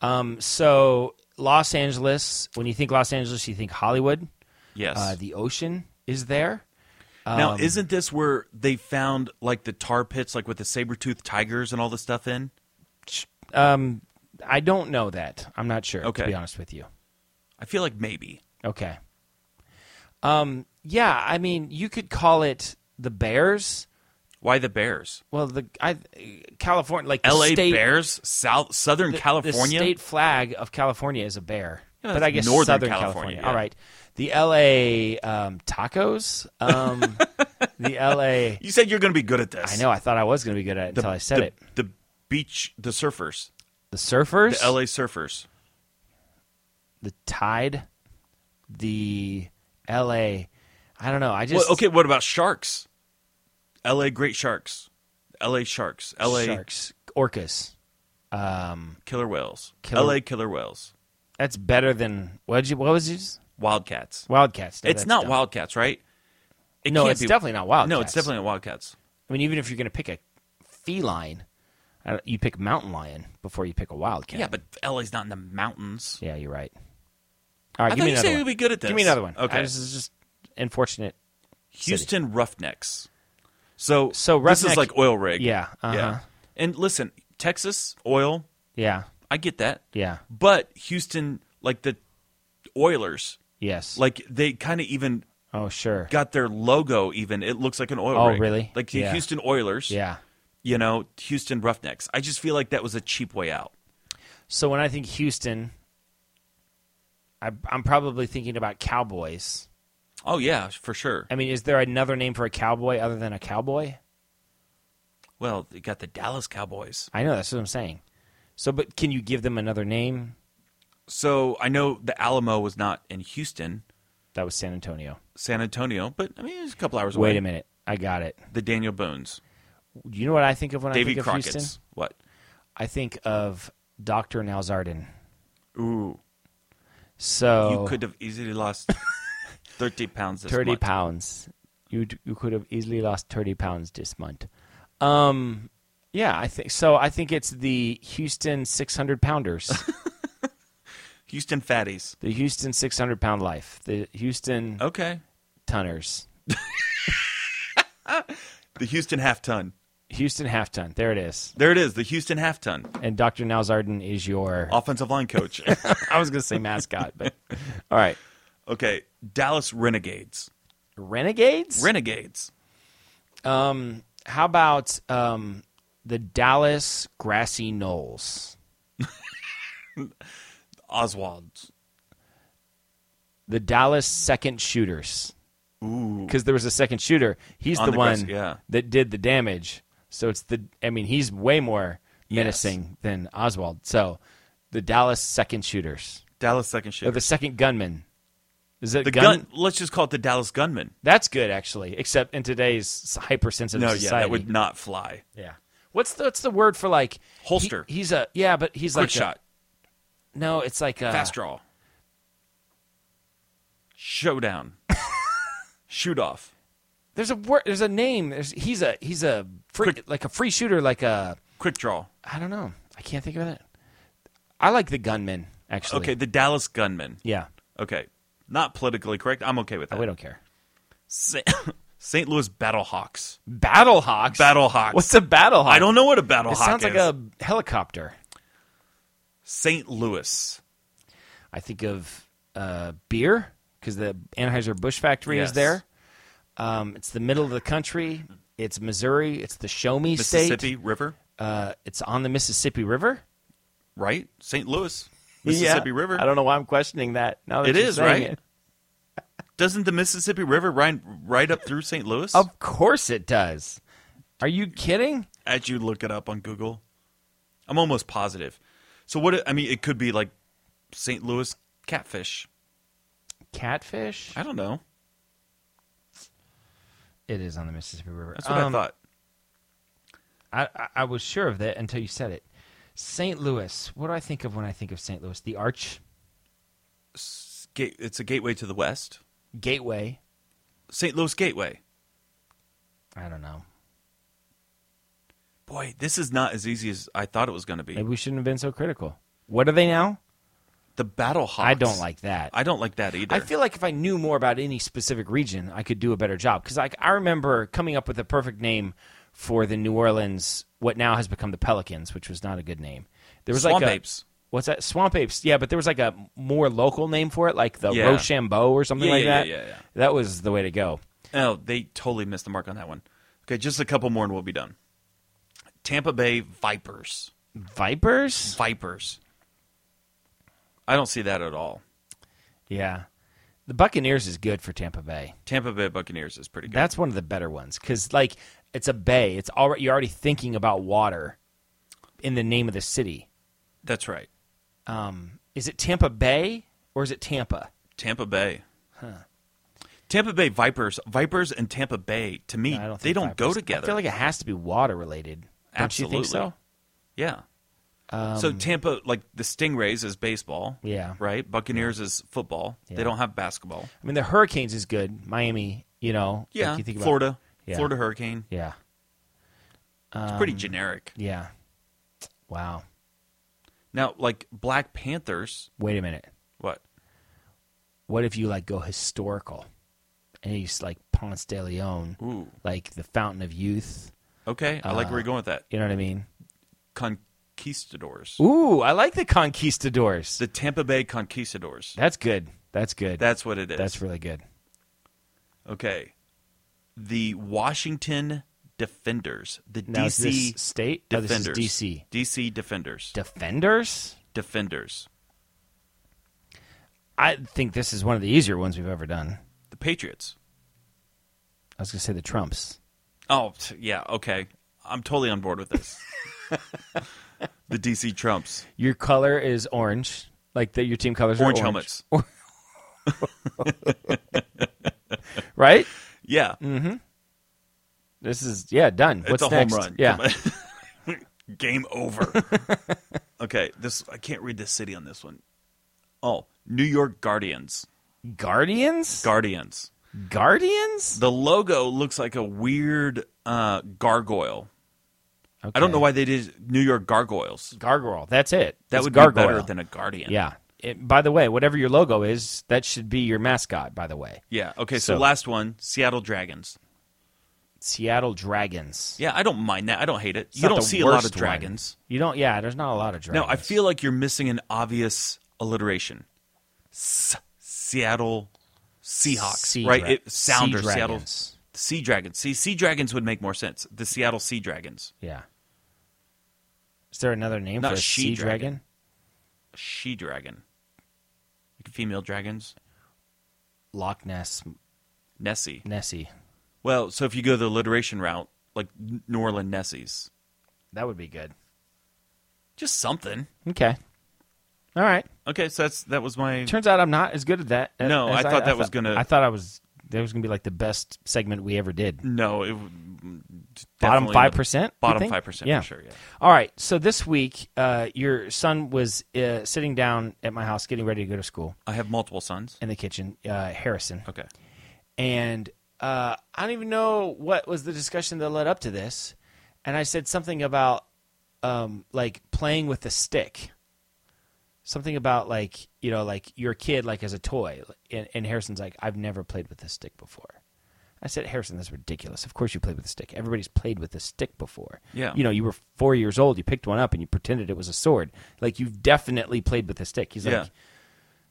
D: Um. So Los Angeles. When you think Los Angeles, you think Hollywood.
C: Yes.
D: Uh, the um, ocean is there.
C: now, isn't this where they found like the tar pits, like with the saber-toothed tigers and all this stuff in?
D: Um. I don't know that. I'm not sure.
C: Okay.
D: To be honest with you.
C: I feel like maybe.
D: Okay. Um. Yeah. I mean, you could call it the Bears.
C: Why the Bears?
D: Well, the I, California, like the
C: L.A.
D: state,
C: Bears, South Southern
D: the-
C: California.
D: the state flag of California is a bear,
C: Yeah,
D: but
C: that's
D: I guess
C: Northern
D: Southern California.
C: California, yeah.
D: All right, the L.A. Um, tacos, um, the L.A.
C: You said you're going to be good at this.
D: I know. I thought I was going to be good at it until I said
C: the,
D: it.
C: The beach, the surfers,
D: The surfers,
C: the LA surfers.
D: the tide, the L.A. I don't know. I just
C: well, okay, what about sharks? LA great sharks, LA sharks, LA
D: sharks, orcas. Um,
C: killer whales,
D: Killer-
C: LA killer whales,
D: that's better than what you? What was yours?
C: wildcats.
D: Wildcats. No,
C: it's
D: that's
C: not
D: dumb.
C: wildcats, right? It
D: No,
C: can't
D: it's
C: be-
D: definitely not wildcats.
C: No, it's definitely not wildcats.
D: I mean, even if you're going to pick a feline, I don't- you pick mountain lion before you pick a wildcat.
C: Yeah, but LA's not in the mountains.
D: yeah, you're right. All right,
C: I
D: give
C: thought
D: me
C: you
D: another
C: said
D: one.
C: you'd be good at this.
D: Give me another one.
C: Okay,
D: I- this is just unfortunate.
C: Houston Roughnecks. So,
D: So
C: this
D: Roughneck-
C: is like oil rig.
D: Yeah, uh-huh.
C: yeah. And listen, Texas oil.
D: Yeah,
C: I get that.
D: yeah,
C: But Houston, like the Oilers,
D: yes.
C: like they kind of even
D: oh sure,
C: got their logo. Even it looks like an oil.
D: Oh,
C: rig.
D: really?
C: Like the
D: Yeah.
C: Houston Oilers.
D: yeah.
C: You know, Houston Roughnecks. I just feel like that was a cheap way out.
D: So when I think Houston, I, I'm probably thinking about cowboys.
C: Oh yeah, for sure.
D: I mean, is there another name for a cowboy other than a cowboy?
C: Well, you got the Dallas Cowboys.
D: I know that's what I'm saying. So, but can you give them another name?
C: So I know the Alamo was not in Houston,
D: That was San Antonio.
C: San Antonio, but I mean it was a couple hours away.
D: Wait a minute, I got it.
C: The Daniel Bones,
D: You know what I think of when I
C: Davy
D: think
C: Crockett's.
D: of Houston?
C: What?
D: I think of Doctor Nalzardan.
C: Ooh,
D: So
C: you could have easily lost thirty pounds. This
D: Oh. thirty
C: month.
D: pounds. You d- you could have easily lost thirty pounds this month. Um, yeah, I think so. I think it's the Houston six hundred pounders,
C: Houston fatties.
D: the Houston six hundred pound life, the Houston
C: Okay,
D: tonners,
C: the Houston half ton.
D: Houston half ton. There it is.
C: There it is, the Houston half ton
D: And Doctor Nalzardan is your.
C: offensive line coach.
D: I was gonna say mascot, but all right,
C: okay, Dallas Renegades.
D: Renegades.
C: Renegades.
D: Um, how about um, the Dallas Grassy Knolls,
C: Oswald's.
D: the Dallas Second Shooters?
C: Ooh.
D: Because there was a second shooter. He's
C: On
D: the,
C: the
D: one
C: grass- yeah.
D: that did the damage. So it's the. I mean, he's way more menacing than Oswald. So the Dallas Second Shooters,
C: Dallas second
D: or
C: shift.
D: the Second Gunman. Is it
C: The gun, Let's just call it the Dallas Gunman.
D: That's good, actually. Except in today's hypersensitive
C: No, yeah,
D: society.
C: that would not fly.
D: Yeah. What's the What's the word for like
C: Holster.
D: he- he's a yeah, but he's
C: Quick
D: like a-
C: shot,
D: no, it's like a,
C: fast draw, showdown, shoot off.
D: There's a word. There's a name. There's, he's a he's a free,
C: Quick-
D: like a free shooter. Like a
C: Quick draw.
D: I don't know. I can't think of it. I like the gunman actually.
C: Okay, the Dallas Gunman.
D: Yeah.
C: Okay, not politically correct. I'm okay with that.
D: Oh, we don't care.
C: Sa- St. Louis Battlehawks.
D: Battlehawks.
C: Battlehawks.
D: What's a battlehawk?
C: I don't know what a battlehawk
D: It sounds like
C: is.
D: a helicopter.
C: St. Louis.
D: I think of uh, beer because the Anheuser Busch factory
C: Yes.
D: is there. Um, it's the middle of the country. It's Missouri. It's the Show Me
C: Mississippi
D: State.
C: River,
D: Uh, it's on the Mississippi River.
C: right? St. Louis, Mississippi
D: Yeah.
C: River.
D: I don't know why I'm questioning that. Now that
C: It
D: you're
C: is,
D: saying
C: right?
D: it.
C: Doesn't the Mississippi River run right up through St. Louis?
D: Of course it does. Are you kidding?
C: As you look it up on Google, I'm almost positive. So what? I mean, it could be like St. Louis catfish.
D: Catfish?
C: I don't know.
D: It is on the Mississippi River.
C: That's what
D: Um,
C: I thought.
D: I, I, I was sure of that until you said it. St. Louis. What do I think of when I think of St. Louis? The Arch
C: S- gate- It's a gateway to the west.
D: Gateway.
C: St. Louis Gateway.
D: I don't know.
C: Boy, this is not as easy as I thought it was going to be.
D: Maybe we shouldn't have been so critical. What are they now?
C: The Battlehawks.
D: I don't like that.
C: I don't like that either.
D: I feel like if I knew more about any specific region, I could do a better job. Because like I remember coming up with a perfect name for the New Orleans, what now has become the Pelicans, which was not a good name. There was
C: Swamp
D: like a,
C: Apes.
D: What's that? Swamp apes. Yeah, but there was like a more local name for it, like the
C: Yeah.
D: Rochambeau or something
C: Yeah,
D: like
C: yeah,
D: that.
C: yeah, yeah, yeah.
D: That was the way to go.
C: Oh, they totally missed the mark on that one. Okay, just a couple more and we'll be done. Tampa Bay Vipers.
D: Vipers.
C: Vipers. I don't see that at all.
D: Yeah, the Buccaneers is good for Tampa Bay.
C: Tampa Bay Buccaneers is pretty good.
D: That's one of the better ones because like it's a bay. It's already you're already thinking about water in the name of the city.
C: That's right.
D: Um, is it Tampa Bay or is it Tampa?
C: Tampa Bay. Tampa Bay Vipers. Vipers and Tampa Bay, to me,
D: I don't
C: they
D: think
C: don't go
D: Vipers.
C: together.
D: I feel like it has to be water related. Don't
C: Absolutely.
D: you think so? Um,
C: yeah. so Tampa, like the Stingrays is baseball.
D: Yeah.
C: Right? Buccaneers is football. They
D: Yeah.
C: don't have basketball.
D: I mean, the Hurricanes is good. Miami, you know. like
C: Yeah.
D: you think about-
C: Florida.
D: Yeah. Um,
C: Florida Hurricane.
D: Yeah.
C: It's pretty generic.
D: Yeah. Wow.
C: Now, like Black Panthers,
D: Wait a minute.
C: what?
D: What if you like go historical? And he's like Ponce de Leon,
C: Ooh,
D: like the Fountain of Youth.
C: okay. I like
D: Uh,
C: where you're going with that.
D: You know what I mean?
C: Conquistadors,
D: Ooh, I like the Conquistadors.
C: the Tampa Bay Conquistadors.
D: That's good. That's good.
C: That's what it is.
D: That's really good.
C: okay. The Washington Defenders, the
D: Now is
C: DC
D: this state? Oh, this is
C: Defenders,
D: DC
C: DC Defenders,
D: Defenders.
C: Defenders.
D: I think this is one of the easier ones we've ever done.
C: The Patriots.
D: I was going to say the Trumps.
C: Oh, t- yeah, okay. I'm totally on board with this. the DC Trumps.
D: Your color is orange, like the, your team colors
C: Orange,
D: are orange,
C: helmets.
D: right?
C: Yeah.
D: This is yeah done. Mm, What's
C: it's a
D: next?
C: home run.
D: Yeah,
C: Come on. Game over. okay, this I can't read the city on this one. Oh, New York Guardians.
D: Guardians.
C: Guardians.
D: Guardians.
C: The logo looks like a weird uh, gargoyle. I don't know why they did New York gargoyles.
D: Gargoyle. That's it.
C: That
D: It's
C: would
D: gargoyle.
C: be better than a guardian.
D: yeah. It- by the way, whatever your logo is, that should be your mascot. By the way,
C: Yeah. Okay. So,
D: So-
C: last one, Seattle Dragons.
D: Seattle Dragons.
C: Yeah, I don't mind that. I don't hate it.
D: It's
C: you
D: not
C: don't
D: the
C: see a lot
D: worst
C: of
D: one.
C: dragons.
D: You don't. Yeah, there's not a lot of dragons.
C: No, I feel like you're missing an obvious alliteration. S- Seattle Seahawks,
D: Sea
C: right?
D: dra-
C: it, Sounder,
D: sea
C: Seattle
D: dragons.
C: Sea Dragons. See, Sea Dragons would make more sense. The Seattle Sea Dragons,
D: Yeah. Is there another name
C: Not
D: for a sea
C: she-dragon.
D: dragon?
C: She Dragon, like female dragons,
D: Loch Ness
C: Nessie.
D: Nessie.
C: Well, so if you go the alliteration route, like N- New Orleans Nessies,
D: That would be good.
C: just something.
D: Okay. All right.
C: Okay, so that's that was my
D: Turns out I'm not as good at that. as-
C: No,
D: as
C: I thought that was gonna-
D: I thought I was. That was gonna be like the best segment we ever did.
C: no. It,
D: Bottom
C: definitely-
D: 5%, you
C: Bottom
D: think?
C: five percent
D: Yeah.
C: for sure. Yeah.
D: All right. So this week, uh, your son was uh, sitting down at my house, getting ready to go to school
C: I have multiple sons.
D: in the kitchen. Uh, Harrison.
C: Okay.
D: and uh, I don't even know what was the discussion that led up to this. And I said something about um, like playing with a stick, something about like you know like your kid like as a toy. And, and Harrison's like, I've never played with a stick before. I said, Harrison, that's ridiculous. Of course you played with a stick. Everybody's played with a stick before.
C: Yeah.
D: You know, you were four years old. You picked one up and you pretended it was a sword. Like you've definitely played with a stick. He's
C: Yeah.
D: like,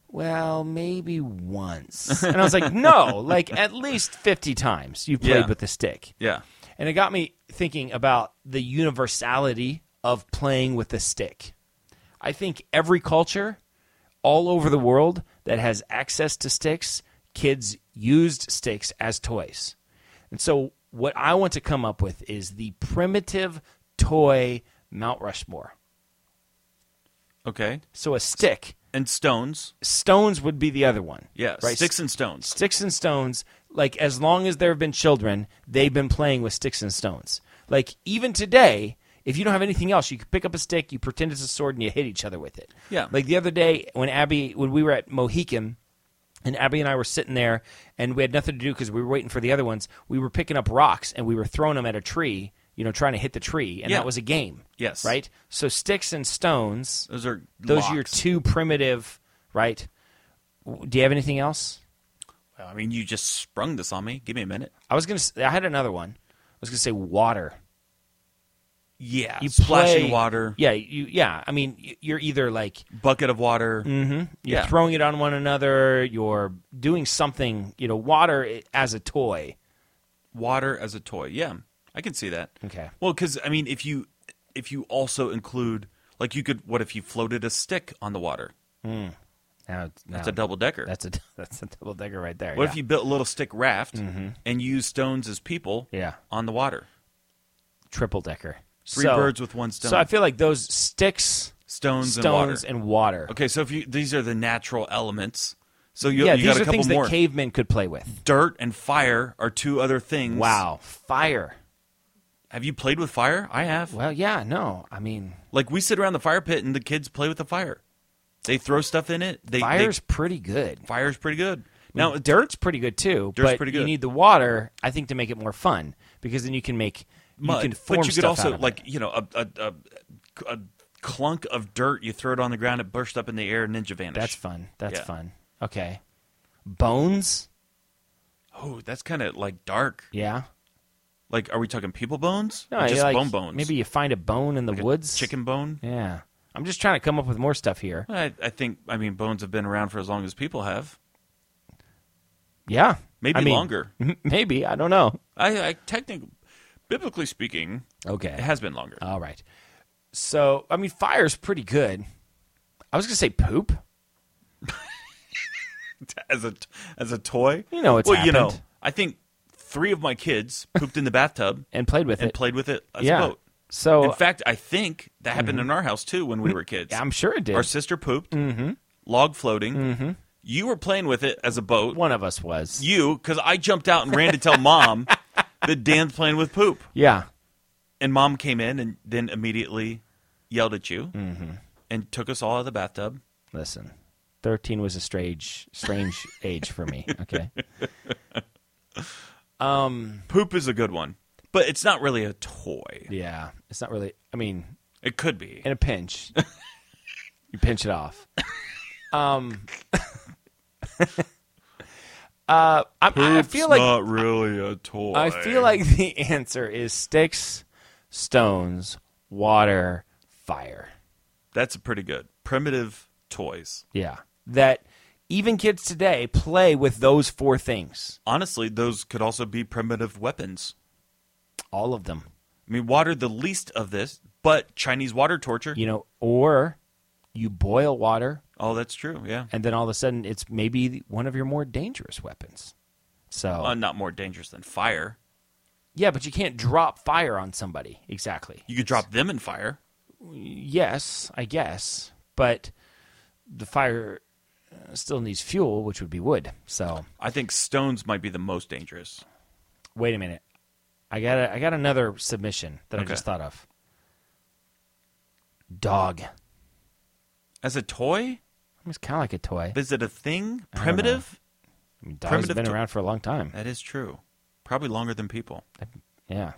D: well, maybe once. And I was like, no, like at least 50 times you played
C: Yeah.
D: with the stick.
C: Yeah.
D: And it got me thinking about the universality of playing with the stick. I think every culture all over the world that has access to sticks, kids used sticks as toys. And so what I want to come up with is the primitive toy Mount Rushmore.
C: Okay.
D: So a stick,
C: And stones.
D: stones would be the other one.
C: Yeah,
D: Right?
C: sticks and stones.
D: sticks and stones like as long as there have been children they've been playing with sticks and stones like even today if you don't have anything else you can pick up a stick you pretend it's a sword and you hit each other with it
C: Yeah.
D: like the other day when abby when we were at mohican and abby and i were sitting there and we had nothing to do because we were waiting for the other ones we were picking up rocks and we were throwing them at a tree you know trying to hit the tree and
C: Yeah.
D: that was a game
C: Yes.
D: right so sticks and stones
C: Those are
D: those are your
C: locks.
D: two primitive right W- do you have anything else
C: I mean, you just sprung this on me. Give me a minute.
D: I was gonna. s- I had another one. I was gonna say water.
C: Yeah,
D: You
C: splashing
D: play-
C: water,
D: Yeah, you. Yeah, I mean, y- you're either like
C: bucket of water.
D: you're
C: Yeah.
D: throwing it on one another. You're doing something. You know, water i- as a toy.
C: Water as a toy. Yeah, I can see that.
D: Okay.
C: Well, because I mean, if you if you also include like you could, what if you floated a stick on the water?
D: Now, now
C: That's a double decker.
D: Oh, That's a that's a double decker right there.
C: what
D: yeah. Mm-hmm.
C: if you built a little stick raft and used stones as people?
D: Yeah.
C: on the water.
D: triple decker?
C: Three
D: So-
C: birds with one stone.
D: So I feel like those sticks,
C: stones, and water.
D: stones, and water.
C: okay, so if you these are the natural elements. So you,
D: Yeah,
C: you
D: these
C: got
D: are
C: a couple
D: things
C: more.
D: that cavemen could play with.
C: Dirt and fire are two other things.
D: Wow, fire.
C: Have you played with fire? I have.
D: Well, yeah, no, I mean,
C: Like we sit around the fire pit and the kids play with the fire. They throw stuff in it. They,
D: fire's pretty good.
C: they, fire's pretty good.
D: Now
C: Now
D: dirt's pretty good too.
C: Dirt's
D: but
C: pretty
D: You
C: good.
D: need the water, I think, to make it more fun because then you can make
C: mud,
D: you can form
C: but you
D: stuff
C: could
D: out
C: also
D: of
C: like
D: it.
C: you know a a, a a clunk of dirt. You throw it on the ground. It bursts up in the air. Ninja vanish.
D: That's fun. That's
C: Yeah.
D: fun. Okay, bones.
C: oh, that's kind of like dark.
D: Yeah.
C: Like, are we talking people bones?
D: No,
C: or
D: you
C: just
D: like-
C: bone bones.
D: Maybe you find a bone in the
C: Like a
D: woods.
C: chicken bone.
D: Yeah. I'm just trying to come up with more stuff here.
C: Well, I, I think. I mean, bones have been around for as long as people have.
D: Yeah.
C: Maybe
D: I mean,
C: longer.
D: Maybe I don't know.
C: I, I technically, biblically speaking, it
D: Okay. Oh.
C: has been longer.
D: All right. So I mean, fire's pretty good. I was gonna say poop.
C: as a as a toy.
D: You know it's
C: well, you know,
D: happened.
C: I think three of my kids pooped in the bathtub
D: and played with
C: and
D: it.
C: played with it as
D: yeah.
C: a boat.
D: So Mm-hmm.
C: in fact, I think that happened in our house too when we were kids.
D: I'm sure it did. Mm-hmm.
C: Our sister pooped, log floating. You were playing with it as a boat.
D: One of us was.
C: You, because I jumped out and ran to tell mom that Dan's playing with poop.
D: yeah.
C: And mom came in and then immediately yelled at you
D: Mm-hmm.
C: and took us all out of the bathtub.
D: Listen, 13 was a strange, strange age for me. Okay. Um.
C: Poop is a good one, but it's not really a toy.
D: Yeah. It's not really. I mean,
C: It could be.
D: in a pinch, you pinch it off. Um. uh, I, I
C: Poop's
D: feel like
C: not really a toy.
D: I feel like the answer is sticks, stones, water, fire.
C: that's pretty good. Primitive toys.
D: Yeah. That even kids today play with those four things.
C: Honestly, those could also be primitive weapons.
D: All of them.
C: I mean, water the least of this, but Chinese water torture.
D: You know, or you boil water
C: Oh, that's true. Yeah.
D: and then all of a sudden it's maybe one of your more dangerous weapons. So
C: Uh, not more dangerous than fire.
D: yeah, but you can't drop fire on somebody. Exactly.
C: You could drop them in fire.
D: Yes, I guess, but the fire uh, still needs fuel, which would be wood. So
C: I think stones might be the most dangerous.
D: wait a minute. I got a, I got another submission that I
C: Okay.
D: just thought of. Dog. I
C: As a toy,
D: mean, it's kind of like a toy.
C: is it a thing? Primitive?
D: I mean, dogs have
C: primitive
D: been
C: to-
D: around for a long time.
C: That is true. Probably longer than people.
D: Yeah.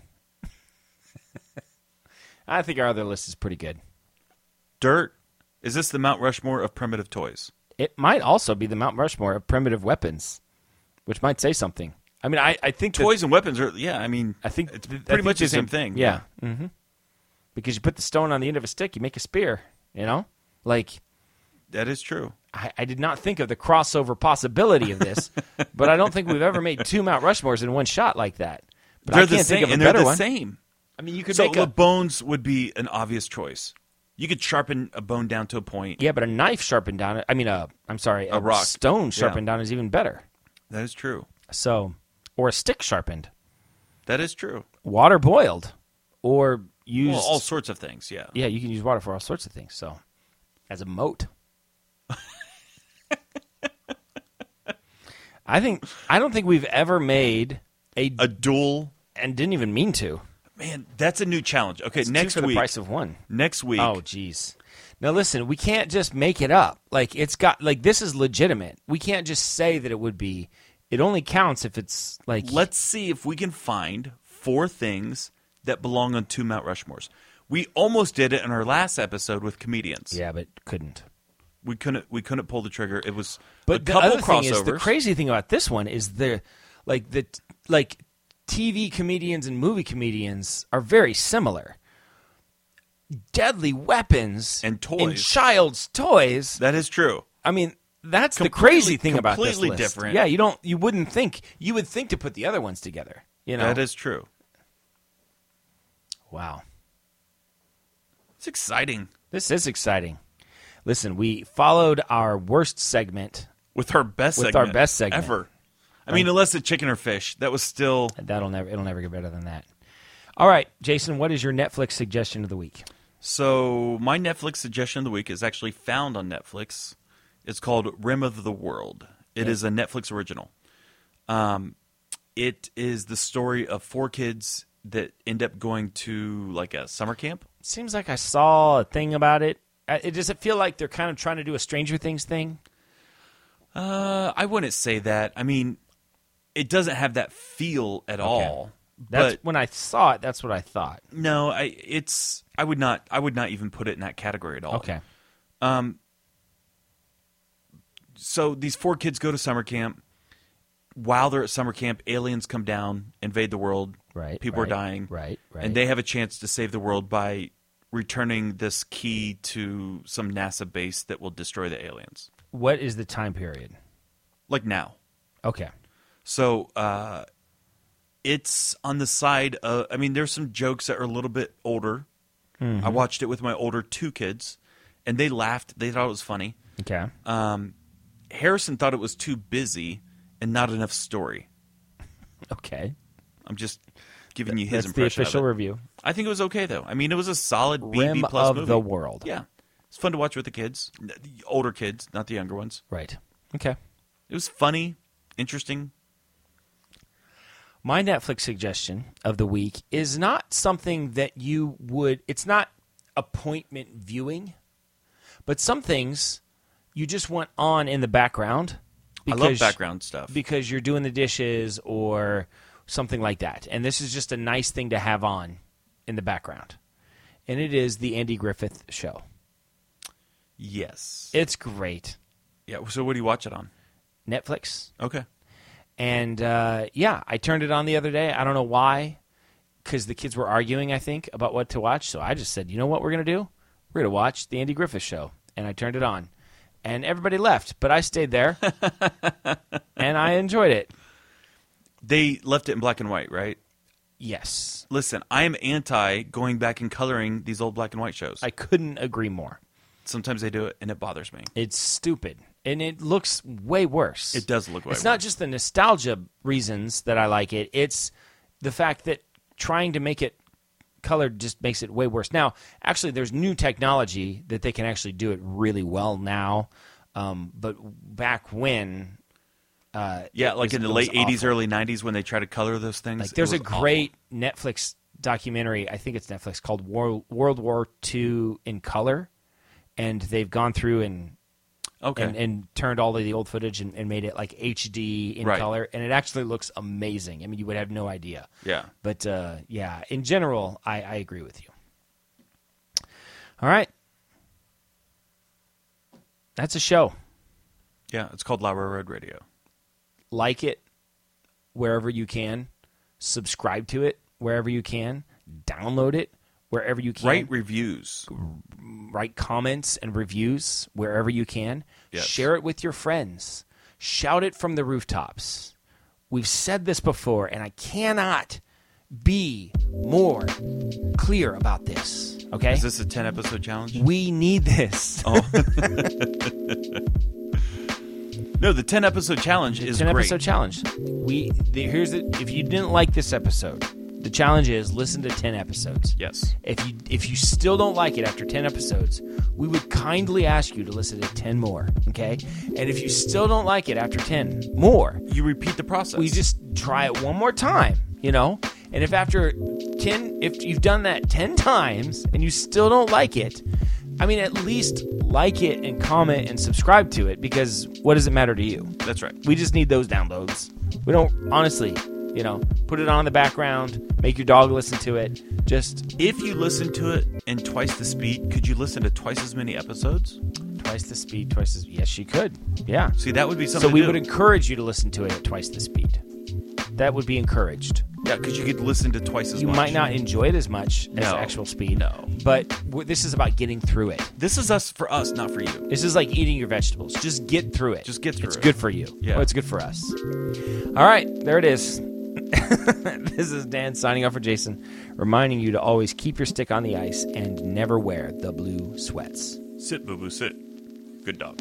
D: I think our other list is pretty good.
C: Dirt. Is this the Mount Rushmore of primitive toys?
D: It might also be the Mount Rushmore of primitive weapons, which might say something. I mean, I, I think that-
C: Toys and weapons are, yeah, I mean,
D: I think
C: it's
D: I
C: pretty
D: think
C: much the
D: there's a-
C: same thing.
D: Yeah. hmm Because you put the stone on the end of a stick, you make a spear. You know, like
C: That is true.
D: I, I did not think of the crossover possibility of this, but I don't think we've ever made two Mount Rushmores in one shot like that. But
C: they're
D: I can't
C: the same,
D: think of a
C: and they're
D: better
C: the
D: one.
C: same.
D: I mean, you could
C: So
D: make a,
C: the bones would be an obvious choice. You could sharpen a bone down to a point.
D: yeah, but a knife sharpened down. I mean, a I'm sorry, a,
C: rock.
D: stone
C: Yeah.
D: sharpened down is even better.
C: That is true.
D: So, or a stick sharpened,
C: That is true.
D: water boiled, or used.
C: Well, all sorts of things. Yeah.
D: yeah, you can use water for all sorts of things. So, as a moat. I think I don't think we've ever made a
C: A dual.
D: and didn't even mean to.
C: Man, that's a new challenge. Okay,
D: It's two
C: next
D: for the
C: week.
D: price of one.
C: next week.
D: Oh, jeez. Now listen, we can't just make it up. Like it's got like this is legitimate. We can't just say that it would be. It only counts if it's like
C: Let's see if we can find four things that belong on two Mount Rushmores. We almost did it in our last episode with comedians.
D: yeah, but couldn't.
C: We couldn't. We couldn't pull the trigger. It was
D: But
C: a
D: the
C: couple
D: other thing is the
C: crossovers.
D: crazy thing about this one is the like the like TV comedians and movie comedians are very similar. Deadly weapons
C: And
D: and
C: toys.
D: child's toys
C: that is true.
D: I mean, that's the
C: Completely-
D: crazy thing about this
C: completely
D: list.
C: different.
D: Yeah, you don't, you wouldn't think, you would think to put the other ones together. You know,
C: That is true.
D: wow,
C: It's exciting
D: this is exciting. Listen, we followed our worst segment.
C: with our best.
D: With our
C: segment
D: best segment.
C: ever. I mean, unless it's chicken or fish, that was still
D: That'll never, it'll never get better than that. All right, Jason, what is your Netflix suggestion of the week?
C: So my Netflix suggestion of the week is actually found on Netflix. It's called Rim of the World. It is a Netflix original. Um, it is the story of four kids that end up going to like a summer camp.
D: Seems like I saw a thing about it. Uh, It does it feel like they're kind of trying to do a Stranger Things thing?
C: Uh, I wouldn't say that. I mean, it doesn't have that feel at all.
D: That's
C: but
D: when I saw it. That's what I thought.
C: no, I it's I would not I would not even put it in that category at all.
D: Okay,
C: so these four kids go to summer camp. While they're at summer camp, aliens come down, invade the world.
D: Right,
C: People
D: right,
C: are dying.
D: right, right.
C: And they have a chance to save the world by returning this key to some NASA base that will destroy the aliens.
D: what is the time period?
C: Like now.
D: Okay,
C: So uh, it's on the side of. I mean, there's some jokes that are a little bit older.
D: Mm-hmm.
C: I
D: Uh,
C: watched it with my older two kids, and they laughed. They thought it was funny.
D: okay.
C: Harrison thought it was too busy and not enough story.
D: Okay.
C: I'm just giving you his
D: That's the
C: impression. of
D: official
C: it.
D: review.
C: I think it was okay though. I mean, it was a solid B
D: Rim
C: B plus
D: of
C: movie.
D: the world.
C: Yeah, it's fun to watch with the kids, N- the older kids, not the younger ones.
D: Right. Okay.
C: It was funny, interesting.
D: My Netflix suggestion of the week is not something that you would, it's not appointment viewing, but some things you just want on in the background.
C: I love background stuff.
D: Because you're doing the dishes or something like that. And this is just a nice thing to have on in the background. And it is The Andy Griffith Show.
C: yes.
D: It's great.
C: yeah. So what do you watch it on?
D: Netflix.
C: Okay.
D: And uh, yeah, I turned it on the other day. I don't know why, because the kids were arguing, I think, about what to watch. So I just said, you know what we're going to do? We're going to watch The Andy Griffith Show. And I turned it on. And everybody left, but I stayed there. and I enjoyed it.
C: They left it in black and white, right?
D: Yes.
C: Listen, I am anti going back and coloring these old black and white shows.
D: I couldn't agree more.
C: Sometimes they do it, and it bothers me.
D: It's stupid. And it looks way worse.
C: It does look way
D: It's not
C: worse.
D: just the nostalgia reasons that I like it. It's the fact that trying to make it colored just makes it way worse. Now, actually, there's new technology that they can actually do it really well now. Um, but back when,
C: Yeah, like
D: was-
C: in the
D: it
C: late
D: was
C: '80s, early '90s, when they try to color those things.
D: like,
C: it
D: there's a
C: was awful.
D: great Netflix documentary. I think it's Netflix called War, World War II in color, and they've gone through and
C: Okay.
D: and, and turned all of the old footage and, and made it like HD in
C: Right.
D: color, and it actually looks amazing. I mean, you would have no idea.
C: yeah.
D: But uh, yeah, in general, I, I agree with you. All right, that's a show.
C: Yeah. It's called Laura Road Radio.
D: Like it wherever you can. Subscribe to it wherever you can. Download it wherever you can.
C: Write reviews.
D: write comments and reviews wherever you can.
C: Yes.
D: Share it with your friends. Shout it from the rooftops. We've said this before, and I cannot be more clear about this. Okay?
C: Is this a 10 episode challenge?
D: we need this.
C: No, the 10 episode challenge is
D: 10
C: great.
D: episode challenge. We the, here's the, if you didn't like this episode, the challenge is listen to 10 episodes.
C: yes.
D: If you if you still don't like it after 10 episodes, we would kindly ask you to listen to 10 more, okay? And if you still don't like it after 10 more,
C: You repeat the process.
D: we just try it one more time, you know? And if after 10 if you've done that 10 times and you still don't like it, I mean at least like it and comment and subscribe to it because what does it matter to you?
C: That's right.
D: We just need those downloads. We don't honestly, you know, put it on in the background, make your dog listen to it. Just
C: If you listen to it in twice the speed, could you listen to twice as many episodes?
D: Twice the speed, twice as yes, she could. Yeah.
C: See, that would be
D: So
C: something.
D: we
C: to
D: would
C: do.
D: encourage you to listen to it at twice the speed. That would be encouraged.
C: yeah, because you could listen to twice as
D: You
C: much.
D: might not enjoy it as much as
C: No.
D: actual speed.
C: No.
D: But w- this is about getting through it.
C: This is us for us, not for you.
D: This is like eating your vegetables. Just get through it.
C: Just get through
D: It's
C: it.
D: good for you.
C: Yeah.
D: Oh, it's good for us. All right, there it is. this is Dan signing off for Jason, reminding you to always keep your stick on the ice and never wear the blue sweats.
C: Sit, boo boo, sit. Good dog.